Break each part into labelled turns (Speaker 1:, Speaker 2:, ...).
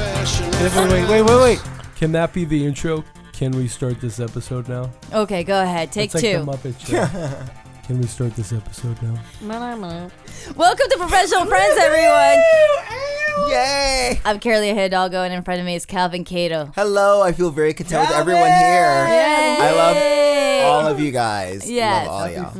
Speaker 1: Wait, wait, wait, wait, wait. Can that be the intro? Can we start this episode now?
Speaker 2: Okay, go ahead. Take
Speaker 1: It's like the
Speaker 2: two.
Speaker 1: Muppet Show. Can we start this episode now?
Speaker 2: Welcome to Professional Friends, everyone.
Speaker 3: Yay!
Speaker 2: I'm Carolia Hidalgo, and in front of me is Calvin Cato.
Speaker 3: Hello, I feel very content with everyone here.
Speaker 2: Yay!
Speaker 3: I love All of you guys.
Speaker 2: Yes.
Speaker 3: Love all
Speaker 2: Mm.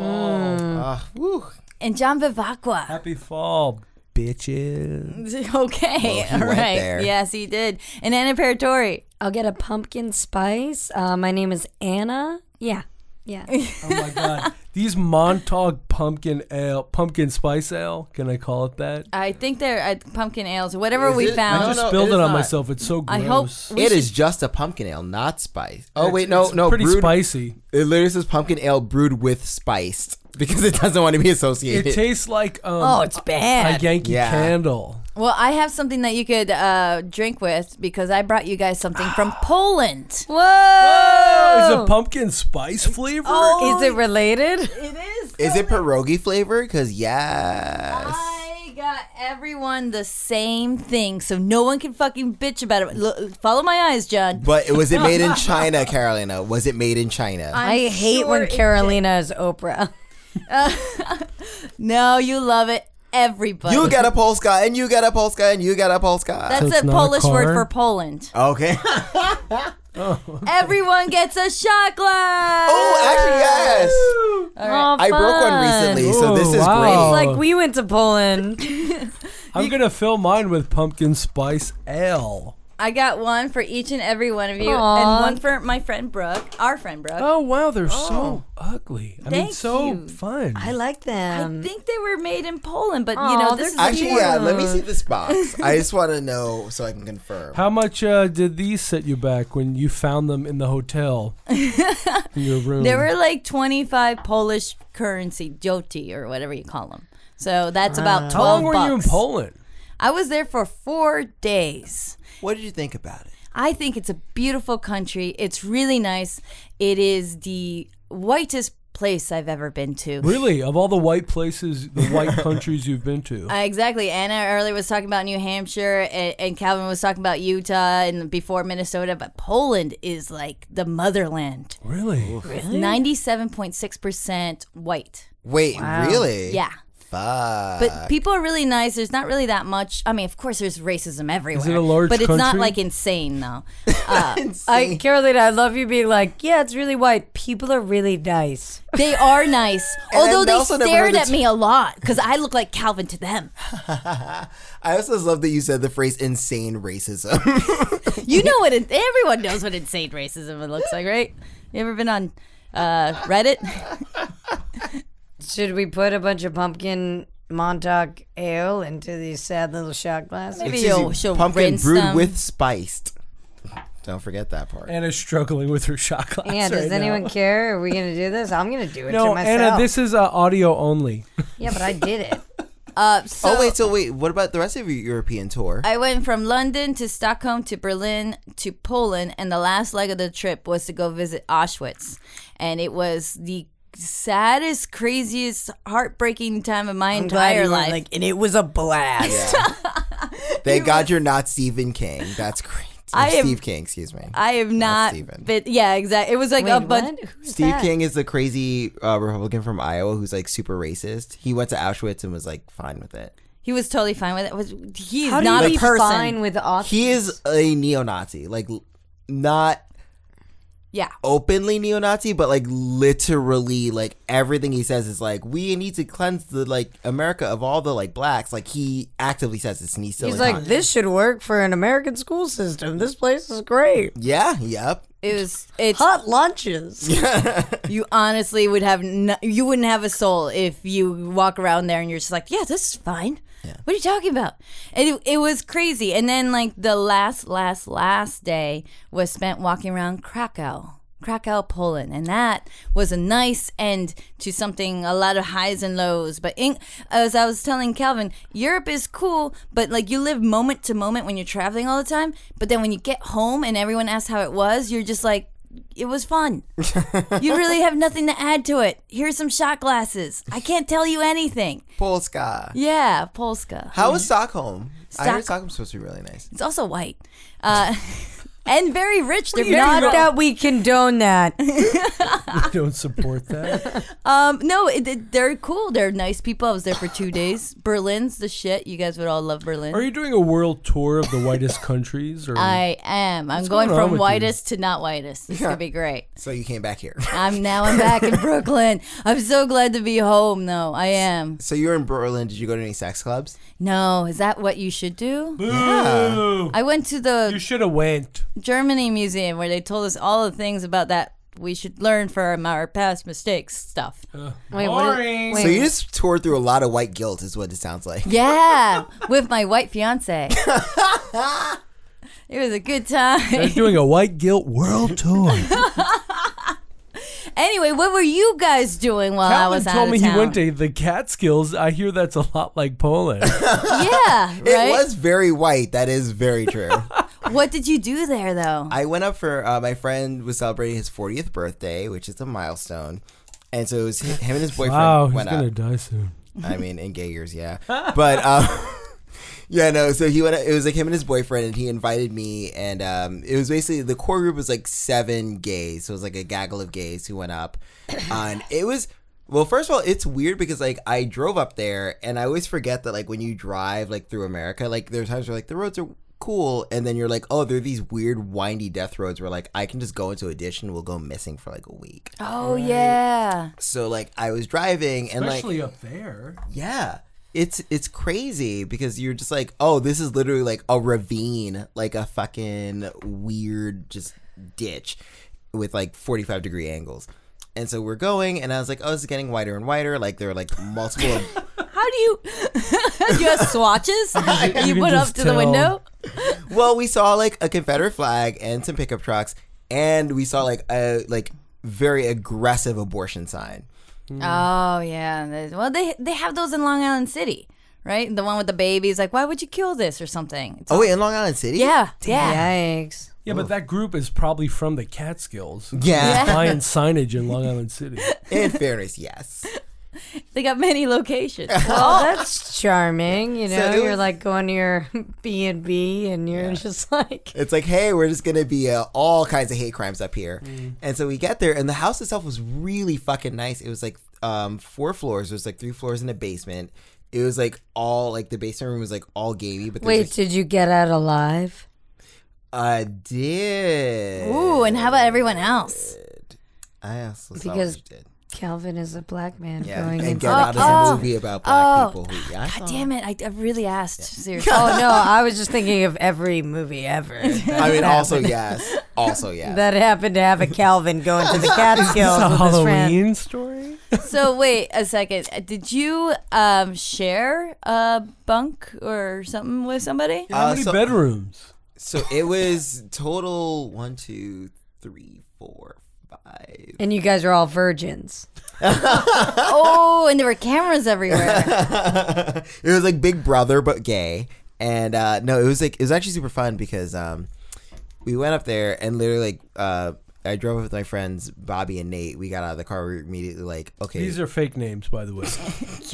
Speaker 3: y'all. Ah, woo.
Speaker 2: and John Vivacqua.
Speaker 1: Happy fall.
Speaker 3: Bitches.
Speaker 2: Okay,
Speaker 3: he
Speaker 2: all
Speaker 3: went
Speaker 2: right.
Speaker 3: there.
Speaker 2: Yes, he did. And Anna Paratori.
Speaker 4: I'll get a pumpkin spice. Uh, my name is Anna. Yeah. Yeah.
Speaker 1: Oh my god. These Montauk pumpkin ale, pumpkin spice ale. Can I call it that?
Speaker 2: I think they're uh, pumpkin ales, whatever
Speaker 3: Is
Speaker 2: we
Speaker 3: it?
Speaker 2: found.
Speaker 1: I
Speaker 3: No,
Speaker 1: just
Speaker 3: no,
Speaker 1: spilled
Speaker 3: it
Speaker 1: it,
Speaker 3: is
Speaker 1: on
Speaker 3: not.
Speaker 1: myself. It's so
Speaker 2: I hope
Speaker 1: gross.
Speaker 2: we
Speaker 3: It
Speaker 2: should-
Speaker 3: is just a pumpkin ale, not spice. Oh
Speaker 1: It's-
Speaker 3: wait, no,
Speaker 1: it's
Speaker 3: no,
Speaker 1: Pretty
Speaker 3: brewed,
Speaker 1: spicy.
Speaker 3: It literally says pumpkin ale brewed with spiced because it doesn't want to be associated.
Speaker 1: It tastes like um,
Speaker 2: Oh, it's
Speaker 1: a
Speaker 2: bad.
Speaker 1: Yankee
Speaker 3: Yeah.
Speaker 1: candle.
Speaker 2: well, I have something that you could uh, drink with because I brought you guys something from Poland.
Speaker 4: Whoa!
Speaker 1: Is it pumpkin spice flavor?
Speaker 4: Is it related?
Speaker 2: Oh. It is.
Speaker 3: Is it pierogi flavor? Because yes.
Speaker 2: I got everyone the same thing, so no one can fucking bitch about it. Look, follow my eyes, John.
Speaker 3: But was it made in China, Carolina? Was it made in China?
Speaker 2: I'm
Speaker 4: i hate
Speaker 2: sure
Speaker 4: when
Speaker 2: it-
Speaker 4: Carolina is Oprah.
Speaker 2: No, you love it, everybody.
Speaker 3: you get a Polska, and you get a Polska, and you get a Polska.
Speaker 2: That's
Speaker 1: So it's
Speaker 2: a
Speaker 1: not a
Speaker 2: Polish word
Speaker 1: car?
Speaker 2: for Poland.
Speaker 3: okay.
Speaker 2: Everyone gets a shot glass.
Speaker 3: oh, actually, yes.
Speaker 4: Oh,
Speaker 3: I broke one
Speaker 4: fun.
Speaker 3: recently, so this
Speaker 1: Ooh,
Speaker 3: is
Speaker 1: Oh, wow.
Speaker 3: great.
Speaker 4: Like we went to Poland.
Speaker 1: I'm gonna fill mine with pumpkin spice ale.
Speaker 2: I got one for each and every one of you,
Speaker 4: Aw.
Speaker 2: and one for my friend Brooke, our friend Brooke.
Speaker 1: Oh wow, they're so ugly. I mean,
Speaker 2: Thank
Speaker 1: so
Speaker 2: you.
Speaker 1: fun.
Speaker 4: I like
Speaker 2: I
Speaker 4: them.
Speaker 2: think they were made in Poland, but you
Speaker 4: Aw,
Speaker 2: know
Speaker 4: they're
Speaker 2: this is
Speaker 3: Actually, yeah, let me
Speaker 4: Yeah.
Speaker 3: see this box. I just want to know so I can confirm.
Speaker 1: How much uh, did these set you back when you found them in the hotel in your room?
Speaker 2: There were like 25 Polish currency, joti or whatever you call them. So that's about 12
Speaker 1: How long were you in
Speaker 2: bucks.
Speaker 1: Poland?
Speaker 2: I was there for 4 days.
Speaker 3: What did you think about it?
Speaker 2: I think it's a beautiful country. It's really nice. It is the whitest place I've ever been to.
Speaker 1: Really, of all the white places, the white countries you've been to,
Speaker 2: Uh, exactly. Anna earlier was talking about New Hampshire, and, and Calvin was talking about Utah, and before Minnesota. But Poland is like the motherland.
Speaker 1: really?
Speaker 2: Ninety-seven point six percent white.
Speaker 3: Wait, really?
Speaker 2: Yeah,
Speaker 3: Fuck.
Speaker 2: but people are really nice. There's not really that much. I mean, of course, there's racism everywhere.
Speaker 1: it a large
Speaker 2: But it's not
Speaker 1: country?
Speaker 2: like insane though.
Speaker 4: I, Carolina, I love you being like, yeah, it's really white. People are really nice.
Speaker 2: They are nice,
Speaker 3: And
Speaker 2: although
Speaker 3: I
Speaker 2: they
Speaker 3: also never heard
Speaker 2: stared
Speaker 3: the
Speaker 2: at
Speaker 3: t-
Speaker 2: me a lot because I look like Calvin to them.
Speaker 3: I also love that you said the phrase insane racism.
Speaker 2: You know what? It, everyone knows what insane racism looks like, right? You ever been on uh, Reddit?
Speaker 4: Should we put a bunch of pumpkin Montauk ale into these sad little shot glasses?
Speaker 2: Maybe
Speaker 3: It says
Speaker 2: you'll-
Speaker 3: you-
Speaker 2: she'll
Speaker 3: pumpkin
Speaker 2: rinse
Speaker 3: brewed
Speaker 2: them.
Speaker 3: with spiced. Don't forget that part.
Speaker 1: Anna's struggling with her shot glass.
Speaker 4: Yeah, does
Speaker 1: right
Speaker 4: anyone
Speaker 1: now.
Speaker 4: care? Are we going to do this? I'm going to do it to
Speaker 1: No,
Speaker 4: myself.
Speaker 1: Anna, this is uh, audio only.
Speaker 4: yeah, but I did it.
Speaker 2: Uh, so
Speaker 3: oh wait, so wait, what about the rest of your European tour?
Speaker 2: I went from London to Stockholm to Berlin to Poland, and the last leg of the trip was to go visit Auschwitz, and it was the saddest, craziest, heartbreaking time of my entire life.
Speaker 4: Like, and it was a blast.
Speaker 3: Thank God you're not Stephen King. That's great.
Speaker 2: I am-
Speaker 3: Steve King, excuse me.
Speaker 2: I have not,
Speaker 3: Stephen.
Speaker 2: been. Yeah, exactly. It was like a
Speaker 4: Wait,
Speaker 2: bunch.
Speaker 4: what? Who's
Speaker 3: Steve
Speaker 4: that?
Speaker 3: King is the crazy uh, Republican from Iowa who's like super racist. He went to Auschwitz and was like fine with it.
Speaker 2: He was totally fine with it. Was he's
Speaker 4: How do
Speaker 2: not
Speaker 4: you
Speaker 2: a
Speaker 4: be
Speaker 2: person?
Speaker 4: fine with Austin?
Speaker 3: He is a neo-Nazi, like l- not
Speaker 2: yeah.
Speaker 3: openly neo-Nazi, but like literally, like everything he says is like we need to cleanse the like America of all the like blacks. Like he actively says this, and he's still
Speaker 4: He's
Speaker 3: in
Speaker 4: like,
Speaker 3: college.
Speaker 4: this should work for an American school system. This place is great.
Speaker 3: Yeah, yep.
Speaker 2: It was. It's
Speaker 4: Hot lunches.
Speaker 2: you honestly would have no, you wouldn't have a soul if you walk around there and you're just like yeah this is fine what are you talking about and it, it was crazy and then like the last last last day was spent walking around krakow krakow poland and that was a nice end to something a lot of highs and lows but in, as i was telling calvin europe is cool but like you live moment to moment when you're traveling all the time but then when you get home and everyone asks how it was you're just like It was fun. you really have nothing to add to it. Here's some shot glasses. I can't tell you anything.
Speaker 3: Polska.
Speaker 2: Yeah, Polska.
Speaker 3: How is Stockholm? I
Speaker 2: Stock-
Speaker 3: heard Stockholm's supposed to be really nice.
Speaker 2: It's also white. Uh, and very rich. They're
Speaker 4: Not
Speaker 2: not
Speaker 4: that we condone that.
Speaker 1: I don't support that.
Speaker 2: Um, no, it- it, they're cool. They're nice people. I was there for two days. Berlin's the shit. You guys would all love Berlin.
Speaker 1: Are you doing a world tour of the whitest countries? Or
Speaker 2: I am. I'm
Speaker 1: going
Speaker 2: going,
Speaker 1: on
Speaker 2: from
Speaker 1: with you?
Speaker 2: whitest to not whitest. It's gonna be great.
Speaker 3: So you came back here.
Speaker 2: I'm now. I'm back in Brooklyn. I'm so glad to be home. though. I am.
Speaker 3: So you were in Berlin. Did you go to any sex clubs?
Speaker 2: No, is that what you should do?
Speaker 1: Boo!
Speaker 2: I went to
Speaker 1: you
Speaker 2: the
Speaker 1: should have went.
Speaker 2: Germany museum where they told us all the things about that we should learn from our past mistakes stuff.
Speaker 1: Uh.
Speaker 4: Wait, what is-
Speaker 1: Boring.
Speaker 4: wait,
Speaker 3: So you just toured through a lot of white guilt, is what it sounds like.
Speaker 2: Yeah, with my white fiance. it was a good time.
Speaker 1: They're doing a white guilt world tour.
Speaker 3: Oh,
Speaker 2: Anyway, what were you guys doing while I
Speaker 1: Calvin
Speaker 2: was out
Speaker 1: told
Speaker 2: of
Speaker 1: me
Speaker 2: town?
Speaker 1: he went to the Catskills. I hear that's a lot like Poland.
Speaker 2: yeah,
Speaker 3: It
Speaker 2: right.
Speaker 3: was very white. That is very true.
Speaker 2: What did you do there though?
Speaker 3: I went up for uh, my friend was celebrating his 40th birthday, which is a milestone. And so it was him and his boyfriend
Speaker 1: wow, he's
Speaker 3: went
Speaker 1: gonna
Speaker 3: up.
Speaker 1: die soon.
Speaker 3: I mean, in gay years, yeah. But um, yeah, no. So he went. It was like him and his boyfriend, and he invited me, and um, it was basically the core group was like seven gays, so it was like a gaggle of gays who went up, uh, and it was. Well, first of all, it's weird because like I drove up there, and I always forget that like when you drive like through America, like there are times where like the roads are cool, and then you're like, oh, there are these weird windy death roads where like I can just go into a ditch and we'll go missing for like a week.
Speaker 2: oh yeah.
Speaker 3: So like I was driving and like
Speaker 1: Especially up there.
Speaker 3: yeah. It's it's crazy because you're just like, oh, this is literally like a ravine, like a fucking weird just ditch with like 45 degree angles. And so we're going and I was like, oh, this is getting wider and wider. Like there are like multiple
Speaker 2: How do you? do you have swatches? you
Speaker 1: can
Speaker 2: put up
Speaker 1: just
Speaker 2: to the
Speaker 1: tell.
Speaker 2: window.
Speaker 3: Well, we saw like a Confederate flag and some pickup trucks and we saw like a like very aggressive abortion sign.
Speaker 1: Mm.
Speaker 2: Oh yeah. There's- Well, they they have those in Long Island City, right? The one with the babies. Like, why would you kill this or something? It's-
Speaker 3: Oh wait, in Long Island City?
Speaker 2: yeah, yeah.
Speaker 4: Yikes.
Speaker 1: Yeah, but that group is probably from the Catskills.
Speaker 3: Yeah.
Speaker 1: Buying signage in Long Island City.
Speaker 3: In fairness, yes.
Speaker 2: They got many locations.
Speaker 4: Well, that's charming. You know,
Speaker 3: there
Speaker 4: you're
Speaker 3: was-
Speaker 4: like going to your B and B, and you're just like,
Speaker 3: It's like, hey, we're just gonna be uh, all kinds of hate crimes up here. And so we get there, and the house itself was really fucking nice. It was like um, four floors. There was like three floors in a basement. It was like all like the basement room was like all gamey, but
Speaker 4: wait,
Speaker 3: there's, like,
Speaker 4: did you get out alive?
Speaker 3: I did.
Speaker 2: Ooh, and how about everyone else?
Speaker 3: I also saw
Speaker 4: Because-
Speaker 3: what you did.
Speaker 4: Calvin is a black man Uh,
Speaker 3: Yeah,
Speaker 4: going
Speaker 3: and
Speaker 4: into.
Speaker 3: Get Out is
Speaker 2: Oh,
Speaker 3: a movie about black
Speaker 2: oh.
Speaker 3: people. Who, yeah, I saw-
Speaker 2: God damn it! I, I really asked. Seriously.
Speaker 4: Oh no, I was just thinking of every movie ever
Speaker 3: I mean, also yes, also yes.
Speaker 4: that happened to have a Calvin going to the
Speaker 1: It's
Speaker 4: Catskills
Speaker 1: a
Speaker 4: with his friend.
Speaker 1: Halloween story?
Speaker 2: So wait a second. Uh, Did you um, share a bunk or something with somebody?
Speaker 1: How
Speaker 3: Uh,
Speaker 1: many
Speaker 3: so-
Speaker 1: bedrooms?
Speaker 3: so it was total one, two, three, four, five.
Speaker 4: And you guys are all virgins.
Speaker 2: Oh, and there were cameras
Speaker 3: Oh
Speaker 2: everywhere.
Speaker 3: it was like Big Brother but gay, and uh, no, it was like it was actually super fun because um, we went up there and literally like uh, I drove up with my friends Bobby and Nate. We got out of the car. We were immediately like, okay,
Speaker 1: These are fake names, by the way.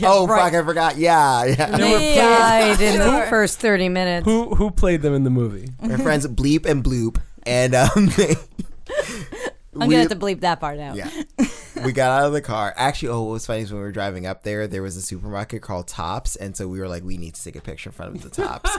Speaker 3: oh fuck, I forgot. Yeah, yeah.
Speaker 2: Yeah.
Speaker 4: Died in the
Speaker 2: Sure.
Speaker 4: first thirty minutes.
Speaker 1: who who played them in the movie?
Speaker 3: my friends Bleep and Bloop, and um, they,
Speaker 2: I'm
Speaker 3: we-
Speaker 2: gonna have to bleep that part out.
Speaker 3: Yeah. we got out of the car. Actually, oh, what was funny is when we were driving up there, there was a supermarket called Tops, and so we were like, we need to take a picture in front of the Tops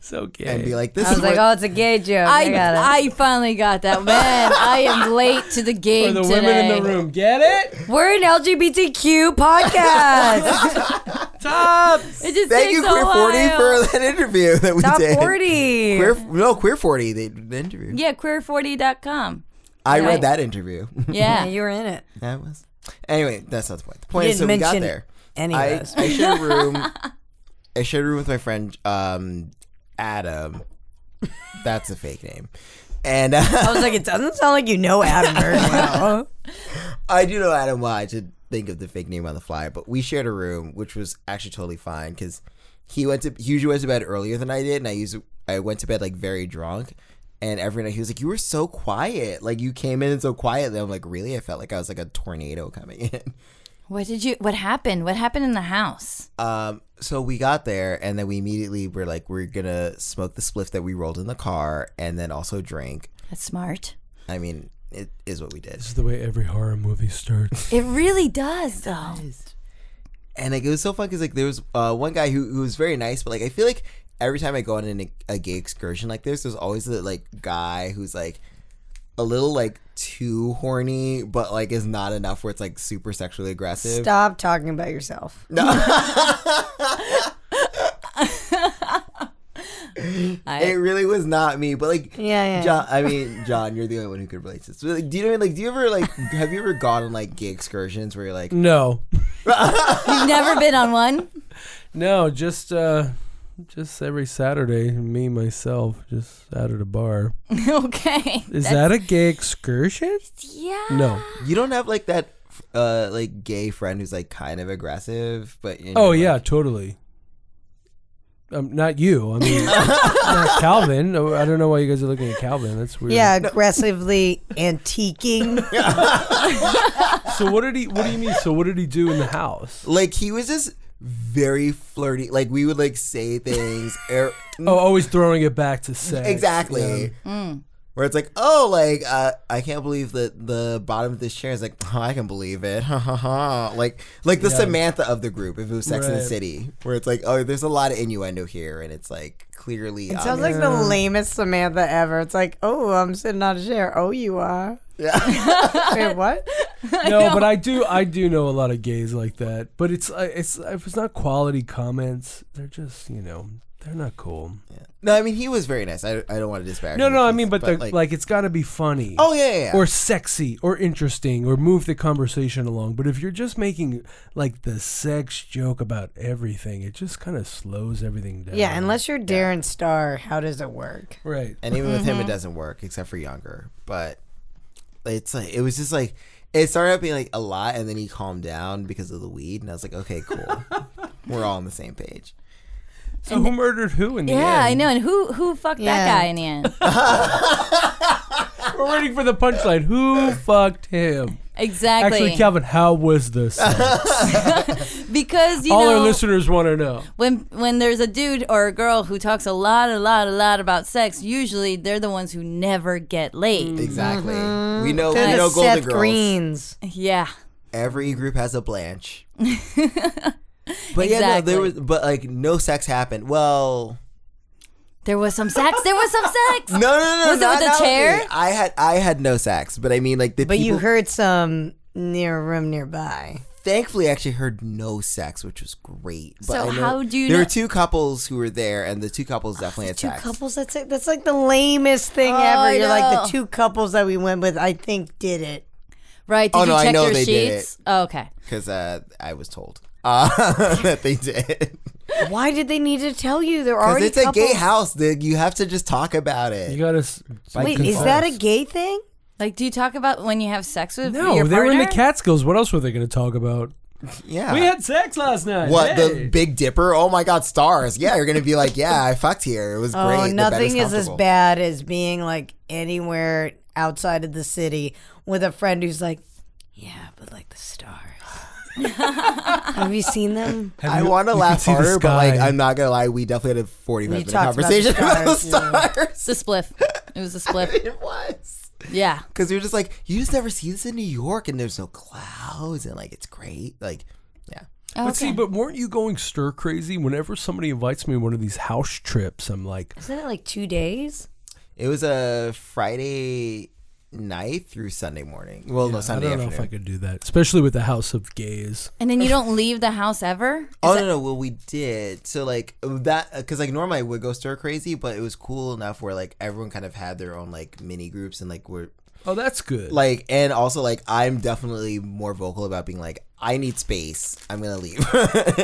Speaker 1: So gay.
Speaker 3: and be like, this
Speaker 4: I was
Speaker 3: is
Speaker 4: like,
Speaker 3: what-
Speaker 4: oh, it's a gay joke. I,
Speaker 2: I,
Speaker 4: got it.
Speaker 2: I finally got that man. I am late to the
Speaker 1: For
Speaker 2: game
Speaker 1: the
Speaker 2: today.
Speaker 1: women in the room, get it?
Speaker 4: We're an LGBTQ podcast.
Speaker 1: Tops.
Speaker 2: It just
Speaker 3: Thank
Speaker 2: takes
Speaker 3: you,
Speaker 2: a
Speaker 3: Queer Forty,
Speaker 2: while.
Speaker 3: for that interview that we
Speaker 4: Top
Speaker 3: did.
Speaker 4: forty.
Speaker 3: Queer, no, Queer 40, they did the interview.
Speaker 2: yeah, queer40.com.
Speaker 3: I
Speaker 2: Right.
Speaker 3: read that interview.
Speaker 2: Yeah.
Speaker 4: Yeah, you were in it.
Speaker 3: that was. Anyway, that's not the point. The point
Speaker 4: You
Speaker 3: is, so
Speaker 4: didn't
Speaker 3: we got
Speaker 4: mention
Speaker 3: there.
Speaker 4: Any of
Speaker 3: I,
Speaker 4: those.
Speaker 3: I shared a room. I shared a room with my friend um, Adam. That's a fake name. And
Speaker 4: I
Speaker 3: uh,
Speaker 4: was like, it doesn't sound like you know Adam very well.
Speaker 3: I do know Adam well. I should think of the fake name on the fly. But we shared a room, which was actually totally fine because he went to he usually went to bed earlier than I did, and I used I went to bed like very drunk. And every night he was like, "You were so quiet. Like you came in so quietly." I'm like, "Really? I felt like I was like a tornado coming in."
Speaker 2: What did you? What happened? What happened in the house?
Speaker 3: Um, so we got there, and then we immediately were like, "We're gonna smoke the spliff that we rolled in the car, and then also drink."
Speaker 2: That's smart.
Speaker 3: I mean, it is what we did.
Speaker 1: This is the way every horror movie starts.
Speaker 2: It really does, though.
Speaker 3: and like it was so fun because like there was uh, one guy who, who was very nice, but like I feel like every time I go on an, a gay excursion like this, there's always the like guy who's like a little like too horny, but like is not enough where it's like super sexually aggressive.
Speaker 4: Stop talking about yourself.
Speaker 3: It really was not me, but like
Speaker 4: Yeah, yeah,
Speaker 3: John, I mean John, you're the only one who could relate to this. But, like, do you know? what I mean? Like, do you ever like have you ever gone on like gay excursions where you're like,
Speaker 1: no,
Speaker 2: You've never been on one.
Speaker 1: no, just uh, just every Saturday, me myself just out at a bar.
Speaker 2: okay.
Speaker 1: Is that a gay excursion?
Speaker 2: Yeah.
Speaker 1: No.
Speaker 3: you don't have like that uh like gay friend who's like kind of aggressive, but you know,
Speaker 1: Oh yeah, totally. Um, not you. I mean, not Calvin. Oh, I don't know why you guys are looking at Calvin. That's weird.
Speaker 4: Yeah, aggressively antiquing.
Speaker 1: So what did he? What do you mean? So what did he do in the house?
Speaker 3: like he was just very flirty. Like we would like say things. er-
Speaker 1: Oh, always throwing it back to sex.
Speaker 3: Exactly. Where it's like, oh, like uh, I can't believe that the bottom of this chair is like, oh, I can believe it, ha ha ha. Like, like the Samantha of the group, if it was Sex in the
Speaker 1: Right.
Speaker 3: City, where it's like, oh, there's a lot of innuendo here, and it's like clearly. It
Speaker 4: Sounds like the lamest Samantha ever. It's like, oh, I'm sitting on a chair. Oh, you are. Yeah. Wait, what?
Speaker 1: No, but I do. I do know a lot of gays like that. But it's uh, it's if it's not quality comments, they're just you know they're not cool.
Speaker 3: no, I mean he was very nice. I, I don't want to disparage.
Speaker 1: No,
Speaker 3: him,
Speaker 1: no, I
Speaker 3: please,
Speaker 1: mean, but, the, like, it's got to be funny.
Speaker 3: oh yeah, yeah, yeah.
Speaker 1: Or sexy, or interesting, or move the conversation along. But if you're just making like the sex joke about everything, it just kind of slows everything down.
Speaker 4: Yeah, unless you're Darren Star, how does it work?
Speaker 1: right.
Speaker 3: And even with him,
Speaker 2: Mm-hmm.
Speaker 3: it doesn't work, except for younger. But it's like it was just like it started out being like a lot, and then he calmed down because of the weed, and I was like, okay, cool, we're all on the same page.
Speaker 1: So who murdered who in the
Speaker 2: Yeah, I
Speaker 1: end?
Speaker 2: know. And who who fucked
Speaker 4: Yeah.
Speaker 2: that guy in the end?
Speaker 1: I know. We're waiting for the punchline. Who fucked him?
Speaker 2: Exactly.
Speaker 1: Actually, Calvin, how was this?
Speaker 2: because you
Speaker 1: All
Speaker 2: know,
Speaker 1: our listeners want to know.
Speaker 2: when when there's a dude or a girl who talks a lot, a lot, a lot about sex, usually they're the ones who never get laid.
Speaker 3: Exactly.
Speaker 2: Mm-hmm.
Speaker 3: We know
Speaker 4: They're
Speaker 3: we
Speaker 4: the
Speaker 3: know Golden
Speaker 4: Seth
Speaker 3: Girls.
Speaker 4: Greens.
Speaker 2: Yeah.
Speaker 3: Every group has a Blanche. but yeah, no,
Speaker 2: Exactly.
Speaker 3: there was but like no sex happened. Well,
Speaker 2: There was some sex. There was some sex.
Speaker 3: no, no, no.
Speaker 2: Was it
Speaker 3: not-
Speaker 2: with the
Speaker 3: not
Speaker 2: chair?
Speaker 3: me. I had I had no sex, but I mean like the
Speaker 4: But
Speaker 3: people,
Speaker 4: you heard some near a room nearby.
Speaker 3: thankfully I actually heard no sex, which was great. But
Speaker 2: So
Speaker 3: I know-
Speaker 2: how do you
Speaker 3: There were
Speaker 2: know-
Speaker 3: two couples who were there, and the two couples definitely had
Speaker 4: Ah, Two
Speaker 3: sex.
Speaker 4: couples. That's it. That's like the lamest thing ever.
Speaker 2: I
Speaker 4: You're like
Speaker 2: know.
Speaker 4: the two couples that we went with. I think did it.
Speaker 2: Right? Did
Speaker 3: Oh, no,
Speaker 2: you
Speaker 3: I
Speaker 2: check
Speaker 3: know
Speaker 2: your
Speaker 3: they did it.
Speaker 2: sheets? Oh, okay.
Speaker 3: because uh, I was told uh, that they did.
Speaker 4: Why did they need to tell you? They're
Speaker 3: Because
Speaker 4: already
Speaker 3: it's a gay
Speaker 4: couples.
Speaker 3: house, dude. You have to just talk about
Speaker 1: You
Speaker 3: it.
Speaker 1: got to.
Speaker 4: Wait, is
Speaker 3: uh,
Speaker 4: that a gay thing?
Speaker 2: Like, do you talk about when you have sex with
Speaker 1: No,
Speaker 2: your
Speaker 1: they were in the
Speaker 2: partner?
Speaker 1: Catskills. What else were they going to talk about?
Speaker 3: Yeah.
Speaker 1: We had sex last night.
Speaker 3: What
Speaker 1: Hey.
Speaker 3: the Big Dipper? Oh my God, stars! Yeah, you're gonna be like, yeah, I fucked here. It was great.
Speaker 4: Oh,
Speaker 3: The bed
Speaker 4: nothing
Speaker 3: is
Speaker 4: is as
Speaker 3: comfortable.
Speaker 4: bad as being like anywhere outside of the city with a friend who's like, yeah, but like the stars. Have you seen them?
Speaker 1: Have
Speaker 3: I
Speaker 1: you-
Speaker 3: want to
Speaker 1: you can
Speaker 3: laugh
Speaker 1: see the
Speaker 3: harder, but like,
Speaker 1: sky.
Speaker 3: I'm not gonna lie. We definitely had a 45 minute
Speaker 4: talked about the
Speaker 3: conversation about the
Speaker 4: stars, yeah.
Speaker 3: stars.
Speaker 2: It's a spliff. It was a spliff.
Speaker 3: it was
Speaker 2: Yeah.
Speaker 3: because you're just like, you just never see this in New York, and there's no clouds, and like it's great. Like, yeah,
Speaker 2: Okay.
Speaker 1: But see, but weren't you going stir crazy whenever somebody invites me on one of these house trips? I'm like,
Speaker 4: Isn't it like two days?
Speaker 3: it was a Friday night through Sunday morning. Well, no,
Speaker 1: I
Speaker 3: Sunday
Speaker 1: don't know if I
Speaker 3: afternoon.
Speaker 1: could do that, especially with the house of gays.
Speaker 2: and then you don't leave the house ever?
Speaker 3: Oh no, no. Well, we did. So like that, because like normally I would go stir crazy, but it was cool enough where like everyone kind of had their own like mini groups and like we're
Speaker 1: Oh, that's good.
Speaker 3: like and also like I'm definitely more vocal about being like I need space. I'm gonna leave.